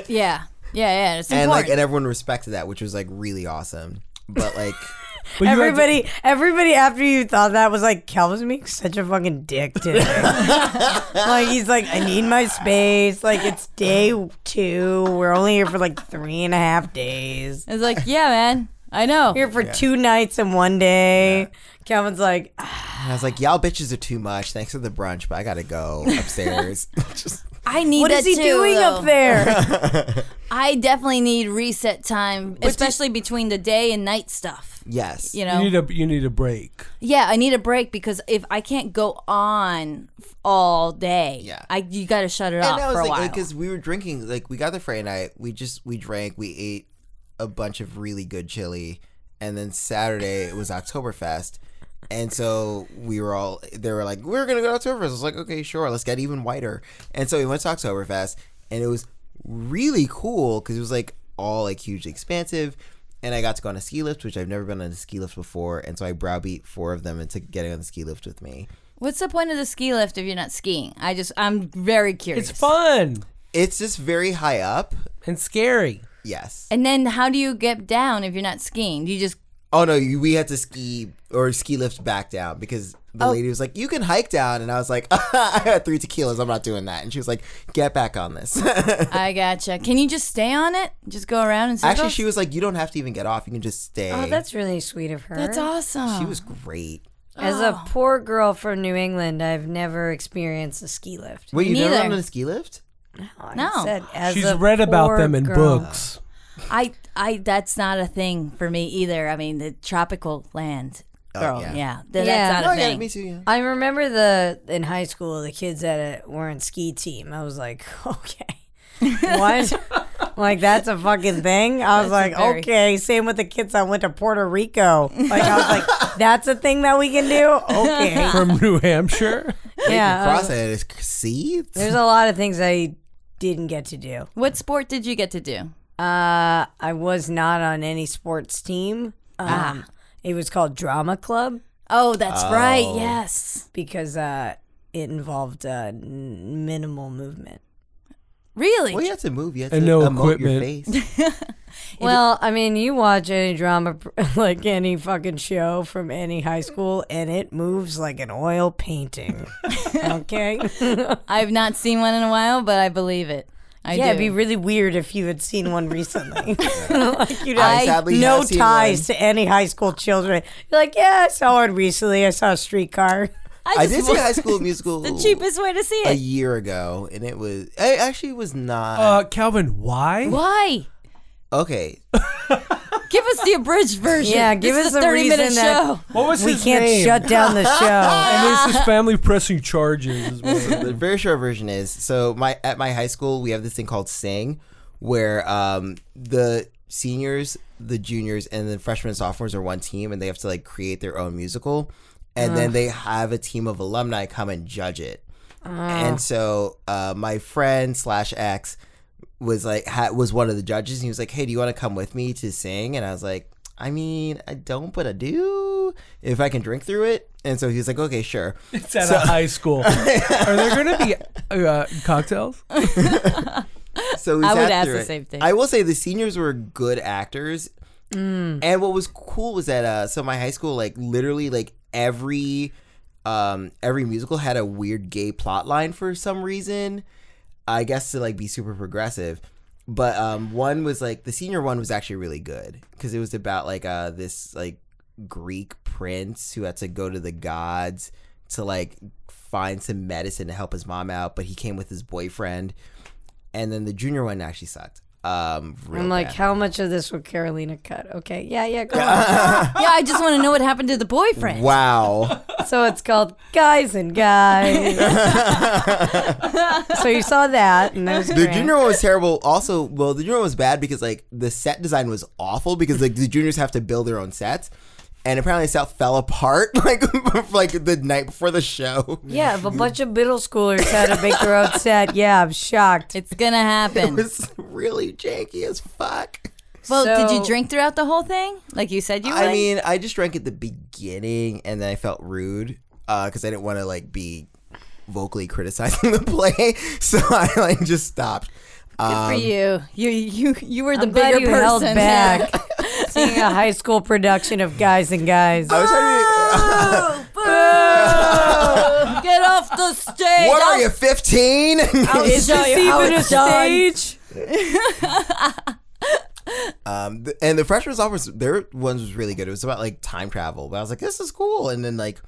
Speaker 2: Yeah. Yeah, yeah. It's
Speaker 3: and
Speaker 2: important.
Speaker 3: like and everyone respected that, which was like really awesome. But like
Speaker 1: But you had to-
Speaker 4: Everybody, everybody after you thought that was like, Calvin's being such a fucking dick today. like he's like, I need my space. Like it's day two. We're only here for like three and a half days.
Speaker 2: It's like, yeah, man. I know.
Speaker 4: Here for two nights and one day. Calvin's like,
Speaker 3: And I was like, y'all bitches are too much. Thanks for the brunch, but I gotta go upstairs. Just
Speaker 2: I need
Speaker 4: what
Speaker 2: that
Speaker 4: is he
Speaker 2: too,
Speaker 4: doing
Speaker 2: though.
Speaker 4: up there?
Speaker 2: I definitely need reset time, especially between the day and night stuff.
Speaker 3: yes.
Speaker 2: You
Speaker 1: You
Speaker 2: know?
Speaker 1: need a you need a break.
Speaker 2: yeah, I need a break because if I can't go on f- all day,
Speaker 3: Yeah.
Speaker 2: I you got to shut it
Speaker 3: and
Speaker 2: off
Speaker 3: I was
Speaker 2: for a
Speaker 3: like,
Speaker 2: while.
Speaker 3: because we were drinking, like we got the Friday night, we just we drank, we ate a bunch of really good chili, and then Saturday it was Oktoberfest, and so we were all they were like, we're gonna go to Oktoberfest. I was like, okay, sure, let's get even whiter, and so we went to Oktoberfest, and it was really cool because it was like all like hugely expansive. And I got to go on a ski lift, which I've never been on a ski lift before, and so I browbeat four of them into getting on the ski lift with me.
Speaker 2: What's the point of the ski lift if you're not skiing? I just I'm very curious.
Speaker 1: It's fun
Speaker 3: It's just very high up,
Speaker 1: and scary.
Speaker 3: yes.
Speaker 2: And then how do you get down if you're not skiing? Do you just
Speaker 3: Oh no, you, we had to ski or ski lift back down because the lady was like, "You can hike down," and I was like, "I had three tequilas. I'm not doing that." And she was like, "Get back on this."
Speaker 2: I gotcha. Can you just stay on it? Just go around and
Speaker 3: Actually, she was like, "You don't have to even get off. You can just stay."
Speaker 4: oh, that's Oh. really sweet of her.
Speaker 2: That's awesome.
Speaker 3: she was great.
Speaker 4: As a poor girl from New England, I've never experienced a ski lift.
Speaker 3: Wait, you never
Speaker 2: Neither.
Speaker 3: went on a ski lift?
Speaker 4: I
Speaker 2: No.
Speaker 4: said, as
Speaker 1: She's
Speaker 4: a
Speaker 1: read about
Speaker 4: poor
Speaker 1: them in
Speaker 4: girl.
Speaker 1: books.
Speaker 2: I I that's not a thing for me either. I mean, the tropical land girl.
Speaker 3: Oh, yeah.
Speaker 2: yeah. Th-
Speaker 4: Yeah.
Speaker 2: that's
Speaker 3: Oh
Speaker 2: not a
Speaker 3: yeah,
Speaker 2: thing.
Speaker 3: me too. Yeah.
Speaker 4: I remember the in high school the kids that uh, were on ski team. I was like, okay, what? like that's a fucking thing. I was
Speaker 2: That's a
Speaker 4: like,
Speaker 2: very-
Speaker 4: okay. Same with the kids that went to Puerto Rico. Like I was like, that's a thing that we can do. Okay,
Speaker 1: from New Hampshire.
Speaker 4: yeah. I was-
Speaker 3: Cross it. See,
Speaker 4: there's a lot of things I didn't get to do.
Speaker 2: What sport did you get to do?
Speaker 4: Uh, I was not on any sports team. Um,
Speaker 2: Ah.
Speaker 4: It was called Drama Club
Speaker 2: Oh, that's right. Yes.
Speaker 4: because uh, it involved uh, n- minimal movement.
Speaker 2: Really?
Speaker 3: well, you have to move. You have
Speaker 1: And
Speaker 3: to
Speaker 1: no
Speaker 3: emote your
Speaker 1: equipment.
Speaker 3: face.
Speaker 4: Well, I mean, you watch any drama, like any fucking show from any high school, and it moves like an oil painting. okay?
Speaker 2: I've not seen one in a while, but I believe it. I
Speaker 4: yeah, it'd be
Speaker 2: do.
Speaker 4: really weird if you had seen one recently. like, you'd
Speaker 3: I
Speaker 4: have
Speaker 3: sadly
Speaker 4: no
Speaker 3: have seen
Speaker 4: ties to any high school children. You're like, yeah, I saw one recently. I saw a streetcar.
Speaker 3: I
Speaker 2: just
Speaker 3: did see
Speaker 2: want-
Speaker 3: High School Musical
Speaker 2: the cheapest way to see
Speaker 3: a
Speaker 2: it.
Speaker 3: year ago, and it was. It actually was not
Speaker 1: Uh, Calvin, why?
Speaker 2: Why?
Speaker 1: Uh,
Speaker 3: okay.
Speaker 2: Give us the abridged version.
Speaker 4: Yeah, give
Speaker 2: this
Speaker 4: us
Speaker 2: is a
Speaker 4: a
Speaker 2: thirty minute
Speaker 4: reason that-
Speaker 2: show.
Speaker 1: What was
Speaker 4: we
Speaker 1: his
Speaker 4: can't
Speaker 1: name?
Speaker 4: shut down the show.
Speaker 1: And it's his family pressing charges. is what it
Speaker 3: the very short version is so my at my high school we have this thing called sing where um the seniors the juniors and the freshmen and sophomores are one team and they have to like create their own musical and then they have a team of alumni come and judge it and so uh, my friend slash ex was like ha- was one of the judges and he was like hey do you want to come with me to sing and i was like i mean i don't but i do if i can drink through it and so he was like okay sure
Speaker 1: It's at a high school. Are there going to be uh, cocktails?
Speaker 3: So we
Speaker 2: I would
Speaker 3: sat
Speaker 2: ask
Speaker 3: through
Speaker 2: the
Speaker 3: it.
Speaker 2: same thing.
Speaker 3: I will say the seniors were good actors,
Speaker 2: Mm.
Speaker 3: and what was cool was that uh, so my high school like literally like every um every musical had a weird gay plot line for some reason. I guess to like be super progressive. But um, one was like the senior one was actually really good because it was about like uh this like Greek prince who had to go to the gods to like find some medicine to help his mom out, but he came with his boyfriend, and then the junior one actually sucked. Um, real
Speaker 4: I'm like,
Speaker 3: bad.
Speaker 4: how much of this would Carolina cut? Okay, yeah, yeah, go on.
Speaker 2: Yeah, I just want to know what happened to the boyfriend.
Speaker 3: wow,
Speaker 4: so it's called Guys and Guys. so you saw that, and that was
Speaker 3: the
Speaker 4: great.
Speaker 3: junior one was terrible. Also, well, the junior one was bad because like the set design was awful because like the juniors have to build their own sets. And apparently, the set fell apart like like the night before the show.
Speaker 4: yeah, if a bunch of middle schoolers had to make their own set, yeah, I'm shocked.
Speaker 2: It's gonna happen.
Speaker 3: was really janky as fuck.
Speaker 2: well, did you
Speaker 4: so-
Speaker 2: drink throughout the whole thing, like you said you would?
Speaker 3: I mean, I just drank at the beginning, and then I felt rude because I didn't want to like be vocally criticizing the play, so I like just stopped.
Speaker 2: for
Speaker 3: Um,
Speaker 2: you. You you you were the
Speaker 4: I'm glad
Speaker 2: bigger
Speaker 4: you
Speaker 2: person.
Speaker 4: held back. Seeing a high school production of Guys and Guys.
Speaker 3: I was trying to.
Speaker 2: Boo! Get off the stage.
Speaker 3: what are
Speaker 2: I'll-
Speaker 3: you, fifteen?
Speaker 2: I'll
Speaker 4: Oh, Is
Speaker 2: show
Speaker 4: this
Speaker 2: you how
Speaker 4: even a
Speaker 2: it's done.
Speaker 4: stage?
Speaker 3: Um, th- and the freshman's office, their ones was really good. It was about like time travel, but I was like, this is cool. And then like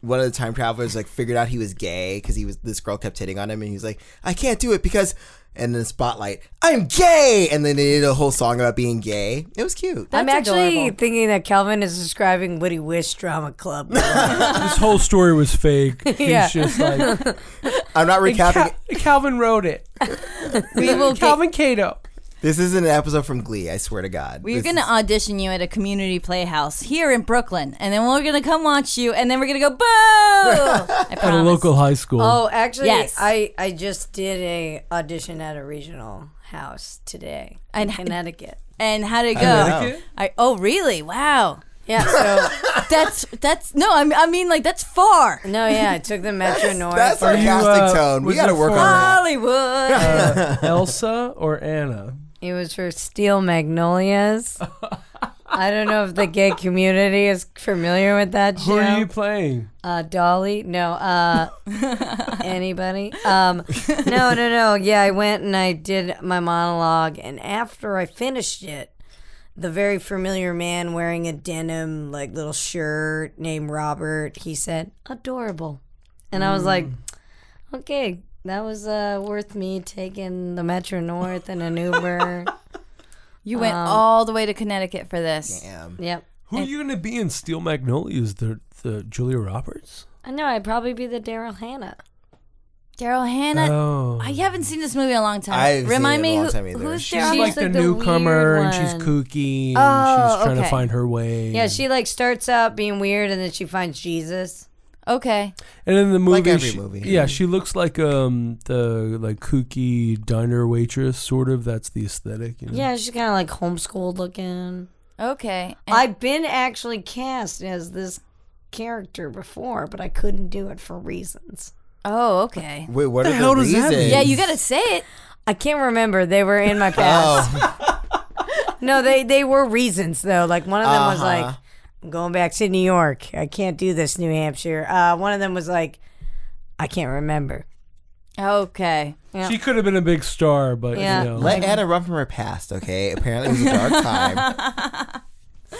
Speaker 3: one of the time travelers like figured out he was gay because he was this girl kept hitting on him, and he was like, I can't do it because. And then spotlight, I'm gay, and then they did a whole song about being gay. It was cute.
Speaker 4: I'm actually
Speaker 2: adorable.
Speaker 4: thinking that Kelvin is describing what he wished Drama Club was.
Speaker 1: this whole story was fake.
Speaker 4: Yeah.
Speaker 1: He's just like
Speaker 3: I'm not recapping.
Speaker 1: Cal- Calvin wrote it.
Speaker 2: We will get,
Speaker 1: Calvin Cato.
Speaker 3: This isn't an episode from Glee. I swear to God.
Speaker 2: we're
Speaker 3: This
Speaker 2: gonna
Speaker 3: is-
Speaker 2: audition you at a community playhouse here in Brooklyn, and then we're gonna come watch you, and then we're gonna go boo. I
Speaker 1: At a
Speaker 2: promise.
Speaker 1: local high school.
Speaker 4: oh, actually,
Speaker 2: Yes.
Speaker 4: I, I just did a audition at a regional house today in Connecticut.
Speaker 2: And how did
Speaker 3: don't
Speaker 2: it go?
Speaker 3: know.
Speaker 2: I, oh, really? Wow.
Speaker 4: Yeah, so
Speaker 2: That's that's no. I mean, I mean, like that's far.
Speaker 4: no, yeah, I took the Metro North.
Speaker 3: that's
Speaker 1: Are you,
Speaker 3: sarcastic
Speaker 1: uh,
Speaker 3: tone. We
Speaker 1: was
Speaker 3: got to
Speaker 1: it
Speaker 3: work on
Speaker 1: for-
Speaker 3: that.
Speaker 2: Hollywood.
Speaker 1: Elsa or Anna?
Speaker 4: It was for Steel Magnolias. I don't know if the gay community is familiar with that show.
Speaker 1: Who are you playing?
Speaker 4: Uh, Dolly? No. Uh, anybody? Um, no, no, no. Yeah, I went and I did my monologue, and after I finished it, the very familiar man wearing a denim like little shirt named Robert, he said, "Adorable," and I was like,
Speaker 1: Mm.
Speaker 4: "Okay." That was uh, worth me taking the Metro North and an Uber.
Speaker 2: You went
Speaker 4: Um,
Speaker 2: all the way to Connecticut for this.
Speaker 3: Damn.
Speaker 4: yep.
Speaker 1: Who are you going to be in Steel Magnolias? The the Julia Roberts?
Speaker 4: I know I'd probably be the Daryl Hannah.
Speaker 2: Daryl Hannah.
Speaker 1: Oh.
Speaker 2: I haven't seen this movie in a long time.
Speaker 3: I haven't
Speaker 2: Remind
Speaker 3: seen it in
Speaker 2: me
Speaker 3: a long
Speaker 2: who,
Speaker 3: time either.
Speaker 2: who's
Speaker 4: She's
Speaker 2: Daryl?
Speaker 1: She's
Speaker 2: Hannah?
Speaker 4: She's
Speaker 1: like the
Speaker 4: like the
Speaker 1: newcomer
Speaker 4: weird
Speaker 1: and she's
Speaker 4: one.
Speaker 1: kooky and
Speaker 4: Oh,
Speaker 1: she's trying to
Speaker 4: okay.
Speaker 1: find her way.
Speaker 4: Yeah, she like starts out being weird and then she finds Jesus.
Speaker 2: okay.
Speaker 1: And in the movie,
Speaker 3: Like every
Speaker 1: she-
Speaker 3: movie.
Speaker 1: yeah, she looks like um the like kooky diner waitress, sort of. That's the aesthetic. You know?
Speaker 4: Yeah, she's kind of like homeschooled looking.
Speaker 2: Okay. And-
Speaker 4: I've been actually cast as this character before, but I couldn't do it for reasons.
Speaker 2: oh, okay.
Speaker 3: Wait, what
Speaker 1: The
Speaker 3: are the
Speaker 1: hell does that
Speaker 3: reasons?
Speaker 1: mean?
Speaker 2: Yeah, you gotta say it.
Speaker 4: I can't remember. They were in my past.
Speaker 3: Oh,
Speaker 4: No, they they were reasons though. Like one of them was
Speaker 3: Uh-huh.
Speaker 4: like, "I'm going back to New York. I can't do this, New Hampshire." Uh, one of them was like, "I can't remember."
Speaker 2: Okay.
Speaker 1: She could have been a big star, but
Speaker 4: Yeah.
Speaker 1: you know,
Speaker 3: let Anna run from her past. Okay, apparently it was a dark time.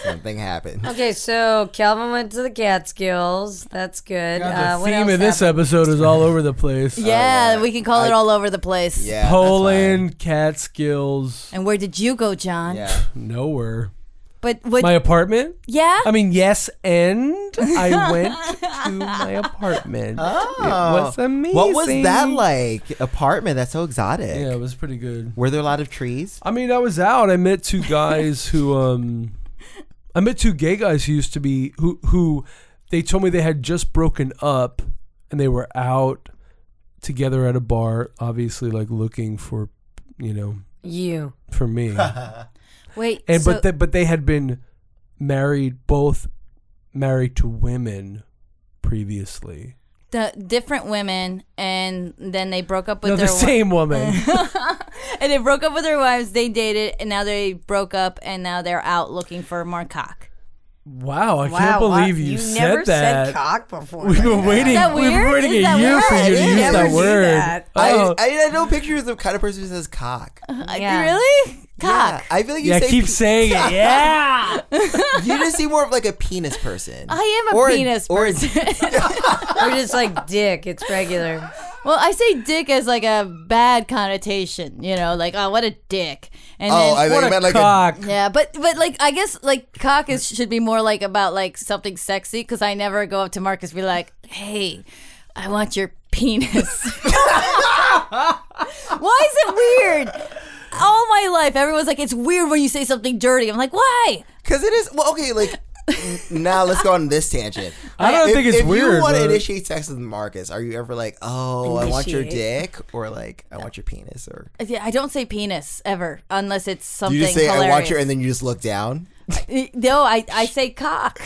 Speaker 3: Something happened.
Speaker 4: Okay, so Calvin went to the Catskills. That's good.
Speaker 1: the
Speaker 4: uh, what
Speaker 1: theme
Speaker 4: else
Speaker 1: of this
Speaker 4: happened?
Speaker 1: episode is all over the place.
Speaker 2: Yeah, we can call it
Speaker 3: Oh, I-
Speaker 2: all over the place.
Speaker 3: Yeah, that's
Speaker 1: Poland, Catskills,
Speaker 2: And where did you go, John?
Speaker 3: fine. Yeah.
Speaker 1: nowhere.
Speaker 2: But what?
Speaker 1: My apartment?
Speaker 2: yeah.
Speaker 1: I mean, yes, and I went to my apartment.
Speaker 3: Oh,
Speaker 1: It was amazing.
Speaker 3: What was that like? Apartment. That's so exotic.
Speaker 1: Yeah, it was pretty good.
Speaker 3: Were there a lot of trees?
Speaker 1: I mean, I was out. I met two guys who um I met two gay guys who used to be who who they told me they had just broken up and they were out together at a bar, obviously like looking for you know,
Speaker 4: You.
Speaker 1: for me.
Speaker 2: Wait.
Speaker 1: And
Speaker 2: so,
Speaker 1: but they, but they had been married both married to women previously.
Speaker 2: the different women, and then they broke up with
Speaker 1: No,
Speaker 2: their
Speaker 1: the same woman.
Speaker 2: and they broke up with their wives. They dated, and now they broke up, and now they're out looking for more cock.
Speaker 1: Wow, I
Speaker 4: Wow,
Speaker 1: can't
Speaker 4: wow,
Speaker 1: believe you, said
Speaker 4: never
Speaker 1: that.
Speaker 4: said cock before.
Speaker 1: We've been waiting.
Speaker 2: that
Speaker 1: We've been
Speaker 2: weird?
Speaker 1: waiting
Speaker 2: Is
Speaker 1: a
Speaker 2: that
Speaker 1: year for
Speaker 2: weird?
Speaker 1: you to
Speaker 2: I
Speaker 1: use
Speaker 2: never
Speaker 1: that
Speaker 4: do
Speaker 1: word.
Speaker 4: that.
Speaker 1: Oh.
Speaker 3: I, I I know pictures of the kind of person who says cock.
Speaker 2: Uh,
Speaker 4: Yeah.
Speaker 2: Really?
Speaker 3: Yeah,
Speaker 2: Cock.
Speaker 3: I feel like you
Speaker 1: yeah,
Speaker 3: say
Speaker 1: keep
Speaker 3: pe-
Speaker 1: saying it. Yeah.
Speaker 3: You just seem more of like a penis person.
Speaker 2: I am a
Speaker 3: Or
Speaker 2: penis
Speaker 3: or
Speaker 2: person.
Speaker 4: We're just like dick. It's regular.
Speaker 2: well, I say dick as like a bad connotation, you know, like oh, what a dick. And
Speaker 3: Oh, I
Speaker 2: then,
Speaker 1: what
Speaker 3: think
Speaker 1: a
Speaker 3: you meant like
Speaker 1: cock.
Speaker 2: yeah, but but like I guess like cock is should be more like about like something sexy because I never go up to Marcus and be like, hey, I want your penis. Why is it weird? All my life, everyone's like, it's weird when you say something dirty. I'm like, why?
Speaker 3: because it is well okay like. n- now let's go on this tangent.
Speaker 1: I don't
Speaker 3: if,
Speaker 1: think it's
Speaker 3: if
Speaker 1: weird,
Speaker 3: you want to
Speaker 1: but-
Speaker 3: initiate sex with Marcus, are you ever like, "Oh, I want your
Speaker 4: Initiate.
Speaker 3: dick," or like, "I want your penis," or
Speaker 2: Yeah, I don't say penis ever unless it's something
Speaker 3: you just say,
Speaker 2: hilarious.
Speaker 3: "I want your," and then you just look down?
Speaker 2: No, I, I say cock.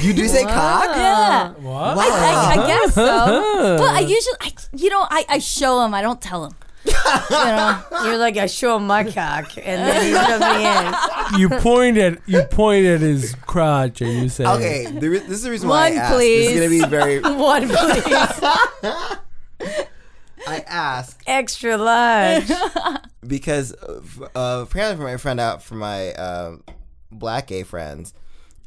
Speaker 3: You do say cock?
Speaker 2: yeah.
Speaker 1: What?
Speaker 2: I, I, I guess so. But I usually, I, you know, I, I show them. I don't tell them. you know,
Speaker 4: You're like, I show him my cock, and then he shows me in.
Speaker 1: You point at you point at his crotch and you say,
Speaker 3: Okay, the re- this is the reason why
Speaker 2: One,
Speaker 3: I asked.
Speaker 2: please.
Speaker 3: This is gonna be very.
Speaker 2: one please.
Speaker 3: I I ask
Speaker 4: Extra large.
Speaker 3: because uh, f- uh, apparently from my friend out from my uh, black gay friends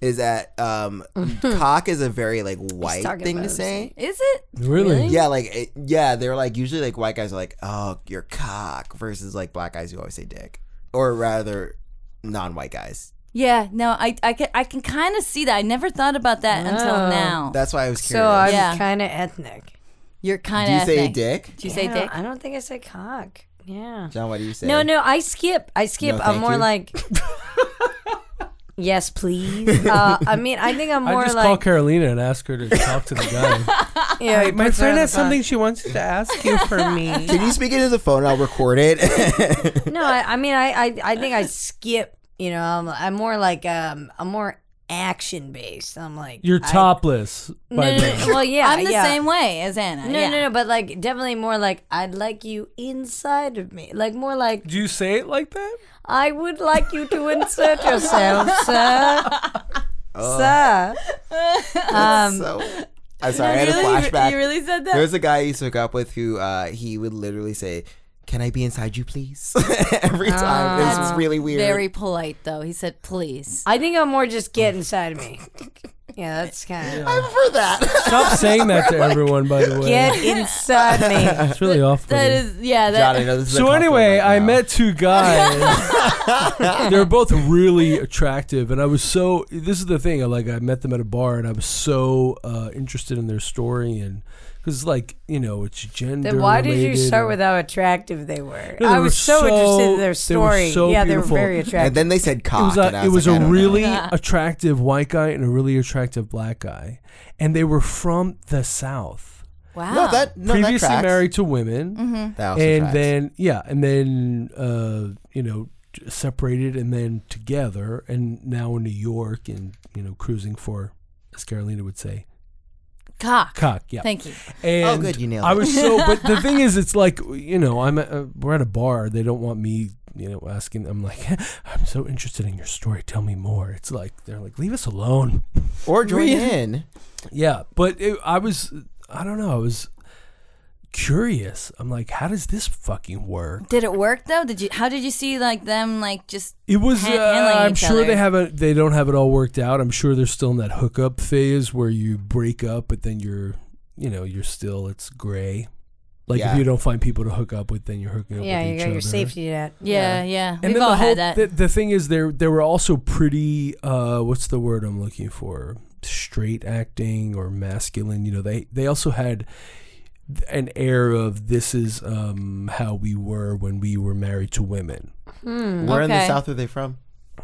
Speaker 3: is that um, cock is a very like white
Speaker 4: talking
Speaker 3: thing to
Speaker 4: about
Speaker 3: say.
Speaker 2: Is it?
Speaker 1: Really?
Speaker 3: Yeah, like it, yeah, they're like usually like white guys are like, oh, your cock versus like black guys who always say dick, or rather, non-white guys.
Speaker 2: Yeah, no, I, I can, I can kind of see that. I never thought about that until
Speaker 3: Oh,
Speaker 4: Wow.
Speaker 2: now.
Speaker 3: That's why I was
Speaker 4: So
Speaker 3: curious.
Speaker 4: I'm
Speaker 2: Yeah.
Speaker 4: kind of ethnic.
Speaker 2: You're kind
Speaker 3: do
Speaker 2: of.
Speaker 3: you say dick?
Speaker 2: Do you say
Speaker 4: Yeah,
Speaker 2: dick?
Speaker 4: I don't think I say cock. Yeah.
Speaker 3: John, what do you say?
Speaker 4: No, no, I skip. I skip.
Speaker 3: No, thank
Speaker 4: I'm more
Speaker 3: you.
Speaker 4: like, yes, please. Uh, I mean, I think I'm
Speaker 1: I
Speaker 4: more
Speaker 1: just call
Speaker 4: like,
Speaker 1: Carolina and ask her to talk to the guy.
Speaker 4: yeah, he puts her on the phone.
Speaker 5: she wants to ask you for me.
Speaker 3: Can you speak into the phone? I'll record it.
Speaker 4: No, I, I mean, I, I, I think I skip. You know, I'm, I'm more like, um, I'm more action based. I'm like,
Speaker 1: You're
Speaker 4: I-
Speaker 1: topless.
Speaker 4: No,
Speaker 1: by
Speaker 4: no,
Speaker 1: then.
Speaker 4: no, well, yeah,
Speaker 2: I'm the
Speaker 4: yeah.
Speaker 2: same way as Anna.
Speaker 4: No,
Speaker 2: yeah.
Speaker 4: no, no, but like definitely more like I'd like you inside of me. Like more like
Speaker 1: Do you say it like that?
Speaker 4: I would like you to insert yourself, sir. Sir. Um,
Speaker 3: so I'm sorry, I had a flashback.
Speaker 2: You really said that?
Speaker 3: There was a guy I used to hook up with who uh, he would literally say, "Can I be inside you, please?" Every time it was
Speaker 4: That's
Speaker 3: really weird.
Speaker 2: Ah, Very polite though. He said, "Please."
Speaker 4: I think I'm more just get inside of me. Yeah, that's kind of
Speaker 3: for that.
Speaker 1: Stop saying that to everyone, by the way.
Speaker 4: get inside me.
Speaker 1: it's really off.
Speaker 2: That is yeah. That,
Speaker 3: John, I know this is a
Speaker 1: So
Speaker 3: compliment
Speaker 1: anyway,
Speaker 3: right
Speaker 1: I
Speaker 3: now.
Speaker 1: met two guys. they were both really attractive, and I was so. This is the thing. I Like I met them at a bar, and I was so uh, interested in their story, and because like you know, it's gender.
Speaker 4: Then why did you
Speaker 1: related
Speaker 4: start
Speaker 1: and-
Speaker 4: with how attractive they were?
Speaker 1: No, they
Speaker 4: I
Speaker 1: were
Speaker 4: was so, interested in their
Speaker 1: so- they were
Speaker 4: story.
Speaker 1: so
Speaker 4: yeah,
Speaker 1: beautiful.
Speaker 4: they were very
Speaker 1: And
Speaker 4: attractive.
Speaker 3: And then they said cock.
Speaker 1: It was
Speaker 3: and
Speaker 1: a,
Speaker 3: I
Speaker 1: it was
Speaker 3: like, I
Speaker 1: a
Speaker 3: don't know.
Speaker 1: really
Speaker 2: know.
Speaker 1: attractive white guy and a really attractive black guy, and they were from the south,
Speaker 2: wow. Mm-hmm.
Speaker 3: no that no,
Speaker 1: previously
Speaker 3: that tracks.
Speaker 1: married to women.
Speaker 3: That also
Speaker 1: and
Speaker 3: tracks.
Speaker 1: then yeah, and then uh, you know t- separated and then together, and now in New York and you know cruising for, as Carolina would say,
Speaker 2: cock.
Speaker 1: cock. Yeah.
Speaker 2: Thank you.
Speaker 1: and
Speaker 3: Oh, good, you nailed
Speaker 1: I
Speaker 3: it.
Speaker 1: was so, but the thing is, it's like you know, I'm at, uh, we're at a bar. They don't want me. You know, asking, I'm like, I'm so interested in your story. Tell me more. It's like they're like, leave us alone.
Speaker 3: or join in.
Speaker 1: Yeah, but it, I was, I don't know, I was curious. I'm like, how does this fucking work?
Speaker 2: Did it work though? Did you? How did you see like them like just?
Speaker 1: It was.
Speaker 2: Han-
Speaker 1: uh,
Speaker 2: handling
Speaker 1: I'm
Speaker 2: each
Speaker 1: sure
Speaker 2: other.
Speaker 1: they haven't. They don't have it all worked out. I'm sure they're still in that hookup phase where you break up, but then you're, you know, you're still. It's gray. Like
Speaker 3: Yeah.
Speaker 1: if you don't find people to hook up with, then you're hooking up.
Speaker 4: yeah,
Speaker 1: with
Speaker 4: you
Speaker 1: each
Speaker 4: got
Speaker 1: other.
Speaker 4: your safety net.
Speaker 2: Yeah, yeah.
Speaker 1: And
Speaker 2: We've
Speaker 1: then
Speaker 2: all
Speaker 1: the whole,
Speaker 2: had that.
Speaker 1: The, the thing is, there there were also pretty. Uh, what's the word I'm looking for? Straight acting or masculine. You know, they they also had an air of this is um, how we were when we were married to women.
Speaker 3: Where in the
Speaker 2: Mm. Okay.
Speaker 3: south are they from?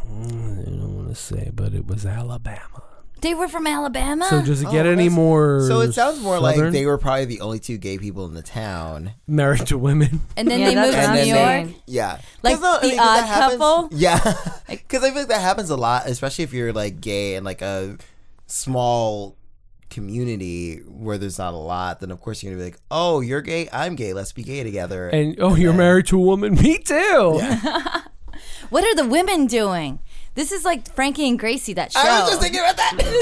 Speaker 1: Mm, I don't want to say, but it was Alabama.
Speaker 2: they were from Alabama.
Speaker 1: So does it get
Speaker 3: Oh,
Speaker 1: any
Speaker 3: that's-
Speaker 1: more?
Speaker 3: So it sounds more like
Speaker 1: Er, southern?
Speaker 3: they were probably the only two gay people in the town.
Speaker 1: married to women.
Speaker 2: and then
Speaker 4: Yeah,
Speaker 2: they
Speaker 4: that's
Speaker 2: moved
Speaker 4: what
Speaker 2: to
Speaker 4: I'm
Speaker 2: New
Speaker 4: saying.
Speaker 2: York.
Speaker 3: They, yeah. 'Cause
Speaker 2: Like the
Speaker 3: 'cause that
Speaker 2: odd
Speaker 3: happens-
Speaker 2: couple?
Speaker 3: Yeah. Because I feel like that happens a lot, especially if you're like gay in like a small community where there's not a lot. Then of course you're gonna be like, oh, you're gay, I'm gay, let's be gay together.
Speaker 1: And oh, you're married to a woman. Me too.
Speaker 2: What are the women doing? This is like Frankie and Gracie. That show.
Speaker 3: I was just thinking about that.
Speaker 2: it's only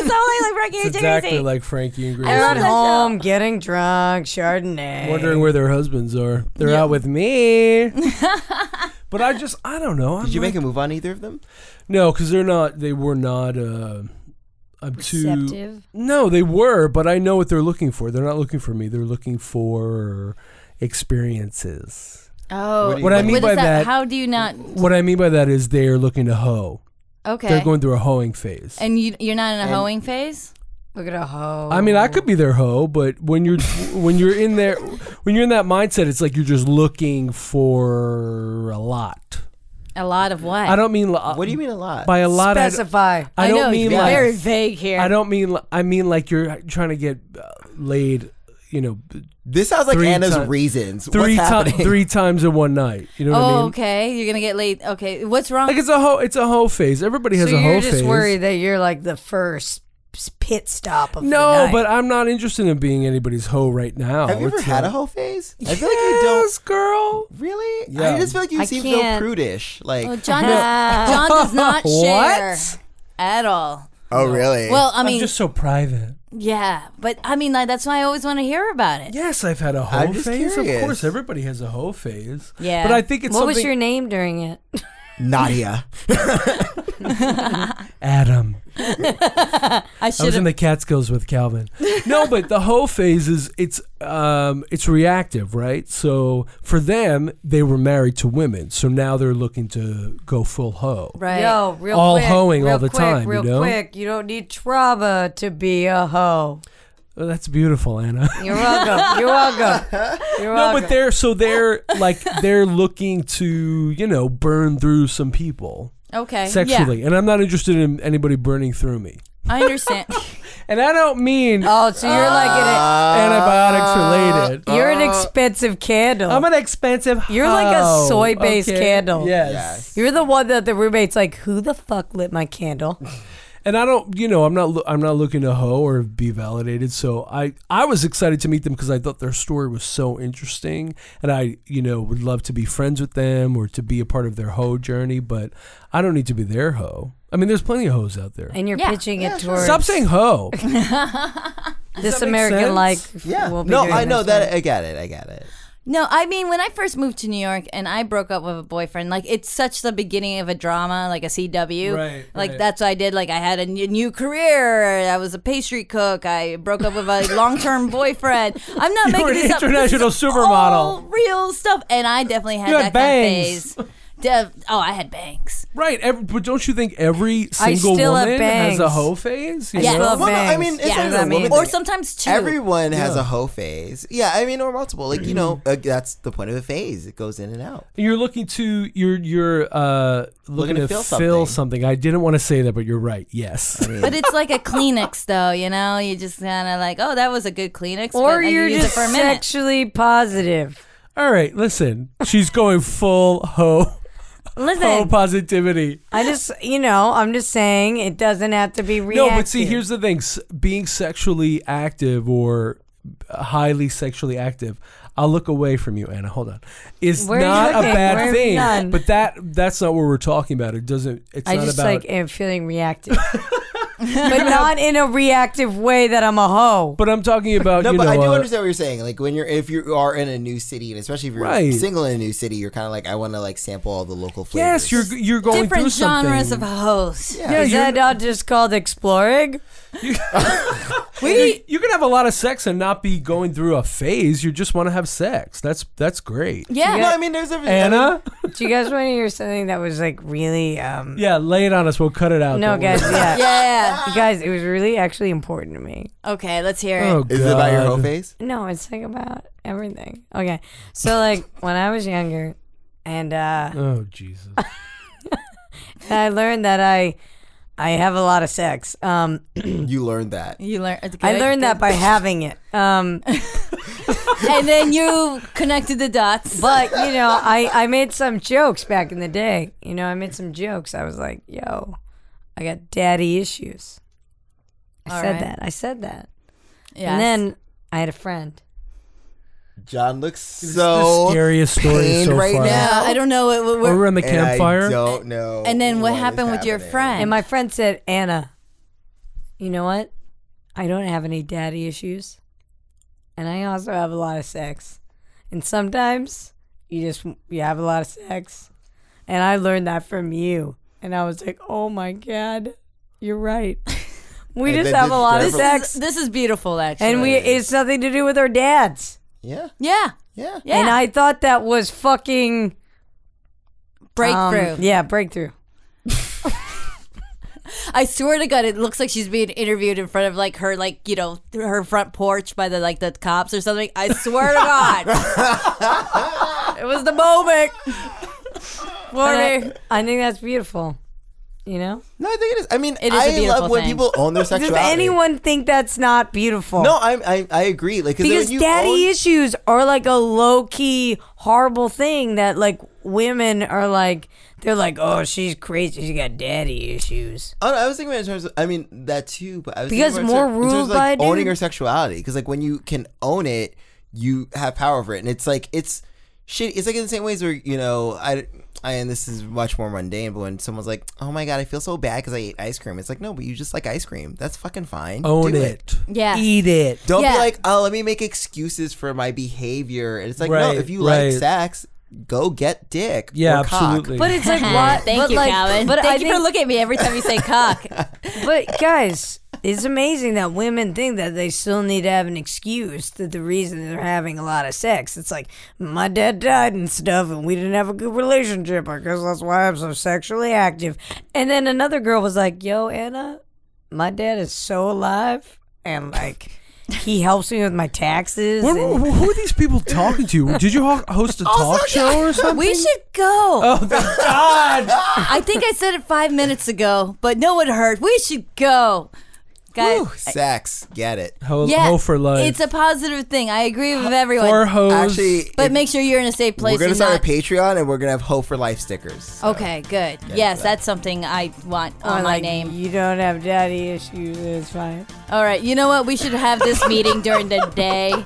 Speaker 2: like Frankie and
Speaker 1: It's exactly
Speaker 2: Gracie.
Speaker 1: like Frankie and
Speaker 4: They're
Speaker 1: Gracie.
Speaker 4: at home getting drunk, Chardonnay.
Speaker 1: Wondering where their husbands are. They're out with me. but I just, I don't know. I'm
Speaker 3: Did you
Speaker 1: like,
Speaker 3: make a move on either of them?
Speaker 1: no? Because they're not. They were not. Uh, I'm too.
Speaker 4: Receptive?
Speaker 1: No, they were, but I know what they're looking for. They're not looking for me. They're looking for experiences.
Speaker 2: oh,
Speaker 3: What I
Speaker 1: mean
Speaker 2: is
Speaker 1: by that-
Speaker 2: How do you not?
Speaker 1: What I mean by that is they are looking to hoe.
Speaker 2: Okay.
Speaker 1: They're going through a hoeing phase.
Speaker 2: and you, you're not in a hoeing phase.
Speaker 4: Look at a hoe.
Speaker 1: I mean, I could be their hoe, but when you're when you're in there, when you're in that mindset, it's like you're just looking for a lot.
Speaker 2: A lot of what?
Speaker 1: I don't mean lo-
Speaker 3: What do you mean a lot?
Speaker 1: by a lot. I, d-
Speaker 4: specify.
Speaker 1: I don't
Speaker 2: know,
Speaker 1: mean
Speaker 2: you're
Speaker 1: like
Speaker 4: Very vague here.
Speaker 1: I don't mean li- I mean like you're trying to get uh, laid. You know, b-
Speaker 3: this sounds like
Speaker 1: Three
Speaker 3: Anna's
Speaker 1: ti-
Speaker 3: reasons.
Speaker 1: three
Speaker 3: What's
Speaker 1: times
Speaker 3: happening?
Speaker 1: three times in one night. You know what I
Speaker 2: Oh,
Speaker 1: mean?
Speaker 2: okay. You're gonna get late. Okay, what's wrong?
Speaker 1: Like it's a hoe. It's a hoe phase. Everybody
Speaker 4: So
Speaker 1: has a
Speaker 4: you're
Speaker 1: hoe
Speaker 4: just
Speaker 1: phase.
Speaker 4: worried that you're like the first s- pit stop of the
Speaker 1: no,
Speaker 4: night.
Speaker 1: but I'm not interested in being anybody's hoe right now.
Speaker 3: Have you ever
Speaker 1: It's
Speaker 3: had a
Speaker 1: like-
Speaker 3: whole phase? I
Speaker 1: Yes,
Speaker 3: feel like you don't
Speaker 1: girl.
Speaker 3: really.
Speaker 1: Yeah.
Speaker 3: I just feel like you
Speaker 4: I
Speaker 3: seem
Speaker 4: can't.
Speaker 3: so prudish. Like,
Speaker 2: Oh, John, does, John does not
Speaker 1: What?
Speaker 2: share at all.
Speaker 3: oh really?
Speaker 2: Well, I mean,
Speaker 1: I'm just so private.
Speaker 2: Yeah, but I mean, like that's why I always want to hear about it.
Speaker 1: Yes, I've had a hoe
Speaker 3: I'm just
Speaker 1: phase. Of
Speaker 3: curious.
Speaker 1: course, everybody has a hoe phase.
Speaker 2: Yeah.
Speaker 1: but I think it's
Speaker 4: What
Speaker 1: something.
Speaker 4: was your name during it?
Speaker 3: Nadia.
Speaker 1: Adam.
Speaker 2: I
Speaker 1: I
Speaker 2: should
Speaker 1: was in
Speaker 2: have.
Speaker 1: the Catskills with Calvin. No, but the whole phase is it's um, it's reactive, right? So for them, they were married to women, so now they're looking to go full hoe.
Speaker 2: Right.
Speaker 4: Yo, real
Speaker 1: All
Speaker 4: quick,
Speaker 1: hoeing all
Speaker 4: real
Speaker 1: the
Speaker 4: quick,
Speaker 1: time, you
Speaker 4: Real
Speaker 1: know?
Speaker 4: quick, you don't need trauma to be a hoe.
Speaker 1: Oh, that's beautiful, Anna.
Speaker 4: You're welcome. You're welcome. You're
Speaker 1: no,
Speaker 4: welcome.
Speaker 1: but they're so they're like they're looking to you know burn through some people
Speaker 2: Okay.
Speaker 1: sexually, and I'm not interested in anybody burning through me.
Speaker 2: Yeah, I understand.
Speaker 1: And I don't mean
Speaker 4: oh, so you're like
Speaker 1: antibiotics related.
Speaker 4: an Oh. you're an expensive candle.
Speaker 1: I'm an expensive.
Speaker 4: You're like a
Speaker 1: hoe,
Speaker 4: soy-based candle.
Speaker 1: Yes.
Speaker 4: you're the one that the roommate's like, who the fuck lit my candle?
Speaker 1: and I don't, you know, I'm not, loo- I'm not looking to hoe or be validated. So I, I was excited to meet them because I thought their story was so interesting, and I, you know, would love to be friends with them or to be a part of their hoe journey. But I don't need to be their hoe. I mean, there's plenty of hoes out there.
Speaker 4: And you're
Speaker 2: Yeah.
Speaker 4: pitching it towards
Speaker 1: Stop saying hoe.
Speaker 4: this
Speaker 1: that make
Speaker 4: American
Speaker 1: sense?
Speaker 4: life.
Speaker 3: Yeah.
Speaker 4: Will be
Speaker 3: no,
Speaker 4: doing
Speaker 3: I know
Speaker 4: this
Speaker 3: that.
Speaker 4: one.
Speaker 3: I got it. I got it.
Speaker 2: No, I mean, when I first moved to New York and I broke up with a boyfriend, like it's such the beginning of a drama, like a CW.
Speaker 1: Right,
Speaker 2: Like
Speaker 1: right.
Speaker 2: that's what I did. Like I had a new new career. I was a pastry cook. I broke up with a long term boyfriend. I'm not
Speaker 1: You're
Speaker 2: making
Speaker 1: an
Speaker 2: this up.
Speaker 1: international
Speaker 2: This is
Speaker 1: supermodel.
Speaker 2: all real stuff. And I definitely had
Speaker 1: You
Speaker 2: that
Speaker 1: had bangs.
Speaker 2: kind of phase. Dev- oh, I had bangs.
Speaker 1: right. Every, but don't you think every
Speaker 4: I
Speaker 1: single
Speaker 4: still have
Speaker 1: woman has a
Speaker 4: bangs.
Speaker 1: hoe phase? You
Speaker 2: Yeah.
Speaker 1: know?
Speaker 4: Well,
Speaker 3: Well, no, I mean,
Speaker 4: bangs.
Speaker 3: it's
Speaker 2: Yeah.
Speaker 3: not even a
Speaker 4: I mean-
Speaker 3: woman
Speaker 2: Or
Speaker 3: thing.
Speaker 2: sometimes two.
Speaker 3: Everyone has a hoe phase. Yeah, I mean, or multiple. Like, you know, uh, that's the point of a phase. It goes in and out.
Speaker 1: You're looking to you're you're uh, looking, to, fill, something. I didn't want to say that, but you're right. Yes.
Speaker 2: But it's like a Kleenex, though, you know? You just kind of like, oh, that was a good Kleenex.
Speaker 4: Or
Speaker 2: but I could
Speaker 4: you're
Speaker 2: use it
Speaker 4: just
Speaker 2: for a minute.
Speaker 4: sexually positive.
Speaker 1: All right, listen. She's going full hoe
Speaker 4: Listen,
Speaker 1: hoe positivity.
Speaker 4: I just, you know, I'm just saying it doesn't have to be reactive.
Speaker 1: No, but see, here's the thing: S- being sexually active or highly sexually active, I'll look away from you, Anna. Hold on, is
Speaker 4: Where are you
Speaker 1: not a
Speaker 4: looking?
Speaker 1: bad
Speaker 4: Where have you
Speaker 1: thing.
Speaker 4: gone?
Speaker 1: But that that's not what we're talking about. It doesn't. It's
Speaker 4: I
Speaker 1: not
Speaker 4: just
Speaker 1: about.
Speaker 4: like am feeling reactive, but not in a reactive way that I'm a hoe.
Speaker 1: but I'm talking about
Speaker 3: No,
Speaker 1: you
Speaker 3: but
Speaker 1: know.
Speaker 3: I do
Speaker 1: uh,
Speaker 3: understand what you're saying. Like when you're, if you are in a new city, and especially if you're
Speaker 1: Right.
Speaker 3: single in a new city, you're kind of like, I want to like sample all the local flavors.
Speaker 1: yes, you're you're going through
Speaker 2: Different
Speaker 1: something.
Speaker 2: genres of hosts.
Speaker 1: yeah,
Speaker 4: Is
Speaker 1: you're-
Speaker 4: that not just called exploring?
Speaker 1: you, you can have a lot of sex and not be going through a phase. You just want to have sex. That's that's great.
Speaker 2: Yeah.
Speaker 3: No, I mean, there's everything.
Speaker 1: Anna,
Speaker 4: Do you guys want to hear something that was like really? um
Speaker 1: yeah, lay it on us. We'll cut it out.
Speaker 4: No,
Speaker 1: don't worry.
Speaker 4: guys, yeah.
Speaker 2: Yeah.
Speaker 4: You guys, it was really actually important to me.
Speaker 2: Okay, let's hear it.
Speaker 1: Oh,
Speaker 3: Is it about your
Speaker 1: God.
Speaker 3: hoe phase?
Speaker 4: No, it's like about everything. Okay, so like when I was younger, and uh
Speaker 1: Oh Jesus!
Speaker 4: I learned that I, I have a lot of sex. Um,
Speaker 3: You learned that.
Speaker 2: You learn.
Speaker 4: I learned that by having it. Um.
Speaker 2: and then you connected the dots.
Speaker 4: But you know, I I made some jokes back in the day. You know, I made some jokes. I was like, "Yo, I got daddy issues." I
Speaker 2: All
Speaker 4: said
Speaker 2: right.
Speaker 4: that. I said that.
Speaker 2: Yes.
Speaker 4: And then I had a friend.
Speaker 3: John looks
Speaker 1: the
Speaker 3: so
Speaker 1: scariest story
Speaker 3: pained
Speaker 1: so
Speaker 3: Oh, right
Speaker 1: far.
Speaker 3: now.
Speaker 2: yeah, I don't know. What, what,
Speaker 1: We
Speaker 2: what,
Speaker 1: were on the
Speaker 3: and I
Speaker 1: campfire.
Speaker 3: don't know.
Speaker 2: and then what
Speaker 3: is
Speaker 2: happened with your
Speaker 3: happening.
Speaker 2: friend?
Speaker 4: And my friend said, "Anna, you know what? I don't have any daddy issues, and I also have a lot of sex. And sometimes you just you have a lot of sex. And I learned that from you. And I was like, "Oh my god, you're right. We
Speaker 3: And
Speaker 4: just
Speaker 3: then
Speaker 4: have
Speaker 3: did
Speaker 4: a
Speaker 3: you
Speaker 4: lot of
Speaker 3: ever-
Speaker 2: this,
Speaker 4: sex,
Speaker 2: is, this is beautiful, actually.
Speaker 4: and we it's nothing to do with our dads."
Speaker 3: Yeah,
Speaker 2: yeah,
Speaker 3: yeah.
Speaker 2: yeah.
Speaker 4: And I thought that was fucking um,
Speaker 2: breakthrough.
Speaker 4: yeah, breakthrough.
Speaker 2: I swear to God, it looks like she's being interviewed in front of like her, like you know, her front porch by the like the cops or something. I swear to God,
Speaker 4: It was the moment for
Speaker 2: me.
Speaker 4: I think that's beautiful. You know,
Speaker 3: No, I think it is. I mean,
Speaker 2: It is a
Speaker 3: I
Speaker 2: beautiful
Speaker 3: love when
Speaker 2: thing.
Speaker 3: people own their
Speaker 4: does
Speaker 3: sexuality.
Speaker 4: anyone think that's not beautiful?
Speaker 3: No, I I, I agree. Like 'cause then
Speaker 4: because
Speaker 3: when you
Speaker 4: daddy
Speaker 3: own-
Speaker 4: issues are like a low key horrible thing that like women are like they're like oh she's crazy she got daddy issues.
Speaker 3: I, don't know, I was thinking about it in terms of, I mean, that too, but I was
Speaker 4: Because
Speaker 3: thinking about it
Speaker 4: more
Speaker 3: in terms
Speaker 4: ruled
Speaker 3: of, like,
Speaker 4: by a
Speaker 3: owning
Speaker 4: dude.
Speaker 3: your sexuality. Because, like, when you can own it, you have power over it. And it's like, it's shit. It's like in the same ways where you know I. I, and this is much more mundane, but when someone's like, "Oh my god, I feel so bad because I ate ice cream," it's like, "No, but you just like ice cream. That's fucking fine.
Speaker 1: Own
Speaker 3: Do
Speaker 1: it.
Speaker 2: Yeah.
Speaker 5: Eat it.
Speaker 3: Don't
Speaker 2: Yeah.
Speaker 3: be like, "Oh, let me make excuses for my behavior." And it's like, no,
Speaker 1: Right,
Speaker 3: if you
Speaker 1: right.
Speaker 3: like sex, go get dick.
Speaker 1: Yeah,
Speaker 3: or cock.
Speaker 1: absolutely.
Speaker 4: But it's like
Speaker 2: Ah,
Speaker 4: what?
Speaker 2: Thank
Speaker 4: but
Speaker 2: you,
Speaker 4: like,
Speaker 2: Calvin.
Speaker 4: But
Speaker 2: Thank
Speaker 4: I
Speaker 2: you
Speaker 4: think,
Speaker 2: for looking at me every time you say cock.
Speaker 4: But guys, it's amazing that women think that they still need to have an excuse that the reason they're having a lot of sex. It's like my dad died and stuff, and we didn't have a good relationship. I guess that's why I'm so sexually active. And then another girl was like, "Yo, Anna, my dad is so alive, and like." He helps me with my taxes.
Speaker 1: Where-
Speaker 4: and-
Speaker 1: who, who are these people talking to? Did you ho- host a talk show or something?
Speaker 2: We should go.
Speaker 1: Oh, thank God.
Speaker 2: I think I said it five minutes ago, but no one heard. We should go. Guys,
Speaker 3: Whew, sex, get it.
Speaker 1: Ho,
Speaker 2: yeah,
Speaker 1: ho for life.
Speaker 2: it's a positive thing. I agree with everyone.
Speaker 1: Or hose.
Speaker 3: Actually,
Speaker 2: but
Speaker 3: if-
Speaker 2: make sure you're in a safe place.
Speaker 3: we're gonna
Speaker 2: and
Speaker 3: start
Speaker 2: not-
Speaker 3: a Patreon, and we're gonna have hope for life stickers. So.
Speaker 2: Okay, good. yes, that's something I want
Speaker 4: Or
Speaker 2: on
Speaker 4: like,
Speaker 2: my name.
Speaker 4: You don't have daddy issues. It's fine.
Speaker 2: All right, you know what? We should have this meeting during the day.